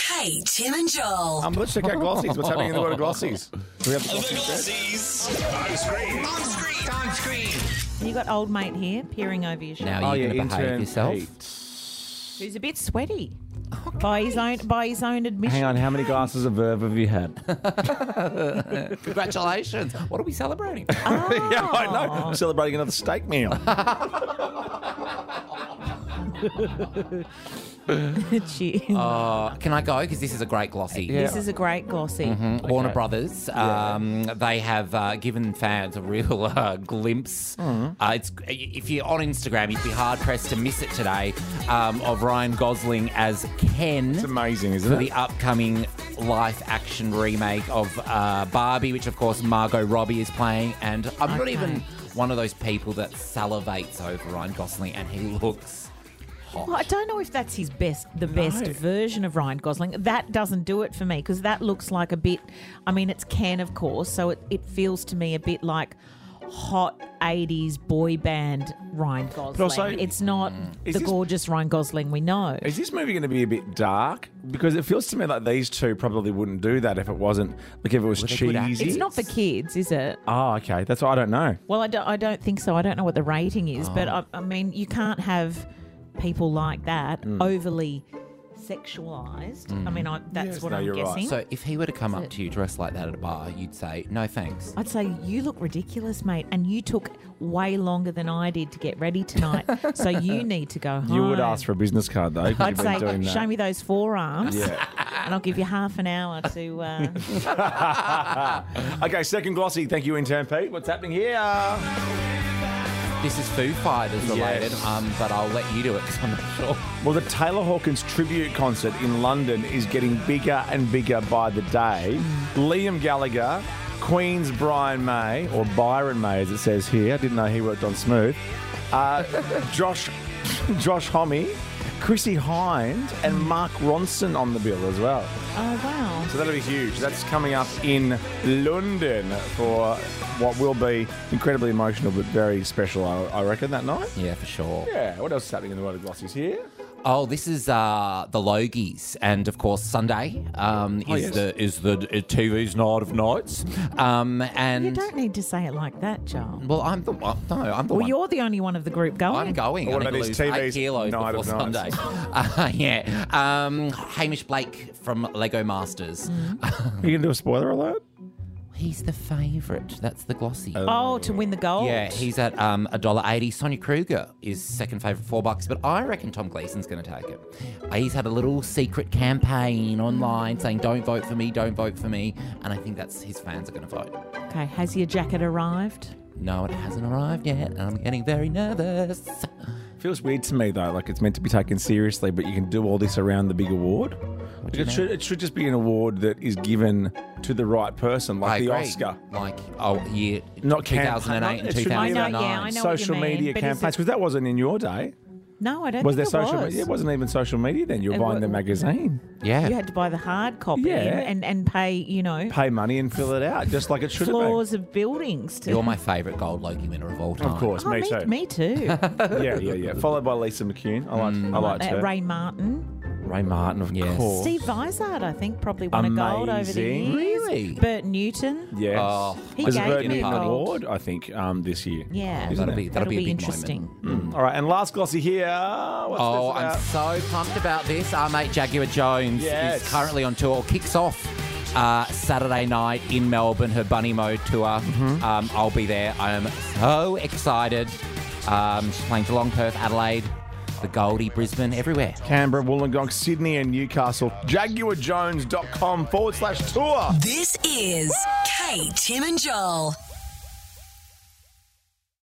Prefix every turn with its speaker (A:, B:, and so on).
A: Hey, Tim and Joel.
B: Um, let's check out Glossies. What's happening in the world of Glossies? Do we have the Glossies? there?
C: Aussies. On screen. On screen. On screen.
D: You got old mate here peering over your shoulder,
E: Now you're going to behave
B: intern
E: yourself.
B: Pete.
D: who's a bit sweaty.
B: Oh,
D: By his own, by his own admission.
F: Hang on, how many glasses of verve have you had?
E: Congratulations. What are we celebrating?
B: yeah, I know. Celebrating another steak meal.
D: Cheers.
B: Oh,
E: Uh, can I go? Because this is a great glossy.
D: This is a great glossy.
B: Mm-hmm.
E: Warner Brothers. Um, They have uh, given fans a real uh, glimpse. Uh, it's if you're on Instagram, you'd be hard pressed to miss it today. Um, of Ryan Gosling as Ken.
B: It's amazing,
E: for
B: isn't
E: the
B: it?
E: upcoming live action remake of uh, Barbie, which of course Margot Robbie is playing. And I'm not
D: Okay.
E: even one of those people that salivates over Ryan Gosling, and he looks hot.
D: Well, I don't know if that's his best, the best version of Ryan Gosling. That doesn't do it for me because that looks like a bit. I mean, it's Ken, of course, so it, it feels to me a bit like hot '80s boy band Ryan Gosling.
B: also- Mm.
D: it's not the
B: Is this-
D: gorgeous Ryan Gosling we know.
B: Is this movie going to be a bit dark? Because it feels to me like these two probably wouldn't do that if it wasn't like if it was
E: With a good act-
B: cheesy.
D: It's not for kids, is it?
B: Oh, okay. That's what I don't know.
D: Well, I don't, I don't think so. I don't know what the rating is, but
B: Oh.
D: I, I mean, you can't have people like that
B: Mm.
D: overly sexualized. I mean, I, that's
B: Yes,
D: what
B: no,
D: I'm
B: you're right.
D: guessing.
E: So if he were to come up to you dressed like that at a bar, you'd say no thanks.
D: I'd say you look ridiculous, mate, and you took way longer than I did to get ready tonight. so you need to go home.
B: You would ask for a business card though. 'cause
D: I'd
B: you've been doing
D: say,
B: that.
D: show me those forearms,
B: Yeah.
D: and I'll give you half an hour to. Uh,
B: okay, second glossy. Thank you, intern Pete. What's happening here?
E: This is Foo Fighters related,
B: Yes.
E: um, but I'll let you do it because I'm not sure.
B: Well, the Taylor Hawkins tribute concert in London is getting bigger and bigger by the day. Liam Gallagher, Queen's Brian May, or Byron May as it says here. I didn't know he worked on Smooth. Uh, Josh, Josh Homme, Chrissy Hind, and Mark Ronson on the bill as well.
D: oh wow!
B: So that'll be huge. That's coming up in London for what will be incredibly emotional but very special, I, I reckon, that night.
E: Yeah, for sure.
B: Yeah, what else is happening in the world of glossies here?
E: Oh, this is uh, the Logies, and of course Sunday um, is
B: Oh, yes.
E: the is the uh, TV's night of nights. Um, and
D: You don't need to say it like that,
B: Mm.
D: Joel.
E: well, I'm the one. No, I'm the
D: Well,
E: one.
D: you're the only one of the group going.
E: I'm going.
B: What
E: I
B: about
E: need to
B: his
E: lose eight
B: TV's
E: kilos
B: night
E: before
B: of
E: Sunday.
B: nights?
E: uh, yeah. Um, Hamish Blake from Lego Masters.
D: Mm.
E: Oh,
B: Are you going to do a spoiler alert?
E: He's the favourite. That's the glossy.
D: Oh, to win the gold.
E: Yeah, he's at um a dollar eighty. Sonia Kruger is second favourite, four bucks. But I reckon Tom Gleason's going to take it. Uh, He's had a little secret campaign online saying, "Don't vote for me, don't vote for me," and I think that's his fans are going to vote.
D: Okay, has your jacket arrived?
E: No, it hasn't arrived yet, and I'm getting very nervous.
B: Feels weird to me though, like it's meant to be taken seriously, but you can do all this around the big award. Like, it, should, it should just be an award that is given to the right person, like
E: I
B: the
E: agree.
B: Oscar.
E: like oh yeah,
B: Not campaign-
E: 2008
B: not-
E: and
B: it should be
E: 2009.
B: about
D: I know, yeah, I know. what you
B: social
D: mean,
B: media
D: but is
B: campaigns,
D: it-
B: because that wasn't in your day.
D: No, I don't.
B: Was there
D: think it
B: social
D: was.
B: media? It wasn't even social media then. You were
D: It
B: buying
D: wa-
B: the magazine.
E: Yeah.
D: You had to buy the hard copy
B: Yeah.
D: and, and pay, you know,
B: Pay money and fill it out, just like it should have been.
D: floors of buildings to.
E: You're my favourite gold Logie winner of all time.
B: Of course,
D: Oh,
B: me,
D: me,
B: too.
D: me too.
B: Yeah, yeah, yeah. Followed by Lisa McCune. I liked, I liked
D: Uh,
B: her.
D: Ray Martin,
B: Ray Martin, of
E: Yes.
B: course.
D: Steve Vizard, I think probably won a gold over the
B: Amazing.
D: years.
E: Really?
D: Bert Newton.
B: Yes.
E: Oh,
D: He
B: There's a
D: gave
B: Bert
D: me a
B: Newton
D: gold.
B: Award, I think, um, this year.
D: Yeah.
B: Isn't
E: that'll
B: it?
E: be that'll, be a big
D: interesting.
E: Moment.
B: Mm. All right, and last glossy here. What's
E: Oh,
B: this about?
E: I'm so pumped about this. Our mate Jaguar Jones
B: Yes.
E: is currently on tour, kicks off uh, Saturday night in Melbourne, her Bunny Mode tour. Um, I'll be there. I am so excited. Um, she's playing Geelong, Perth, Adelaide, the Goldie, Brisbane, everywhere.
B: Canberra, Wollongong, Sydney, and Newcastle. JaguarJones.com forward slash tour.
A: This is Kate, Tim and Joel.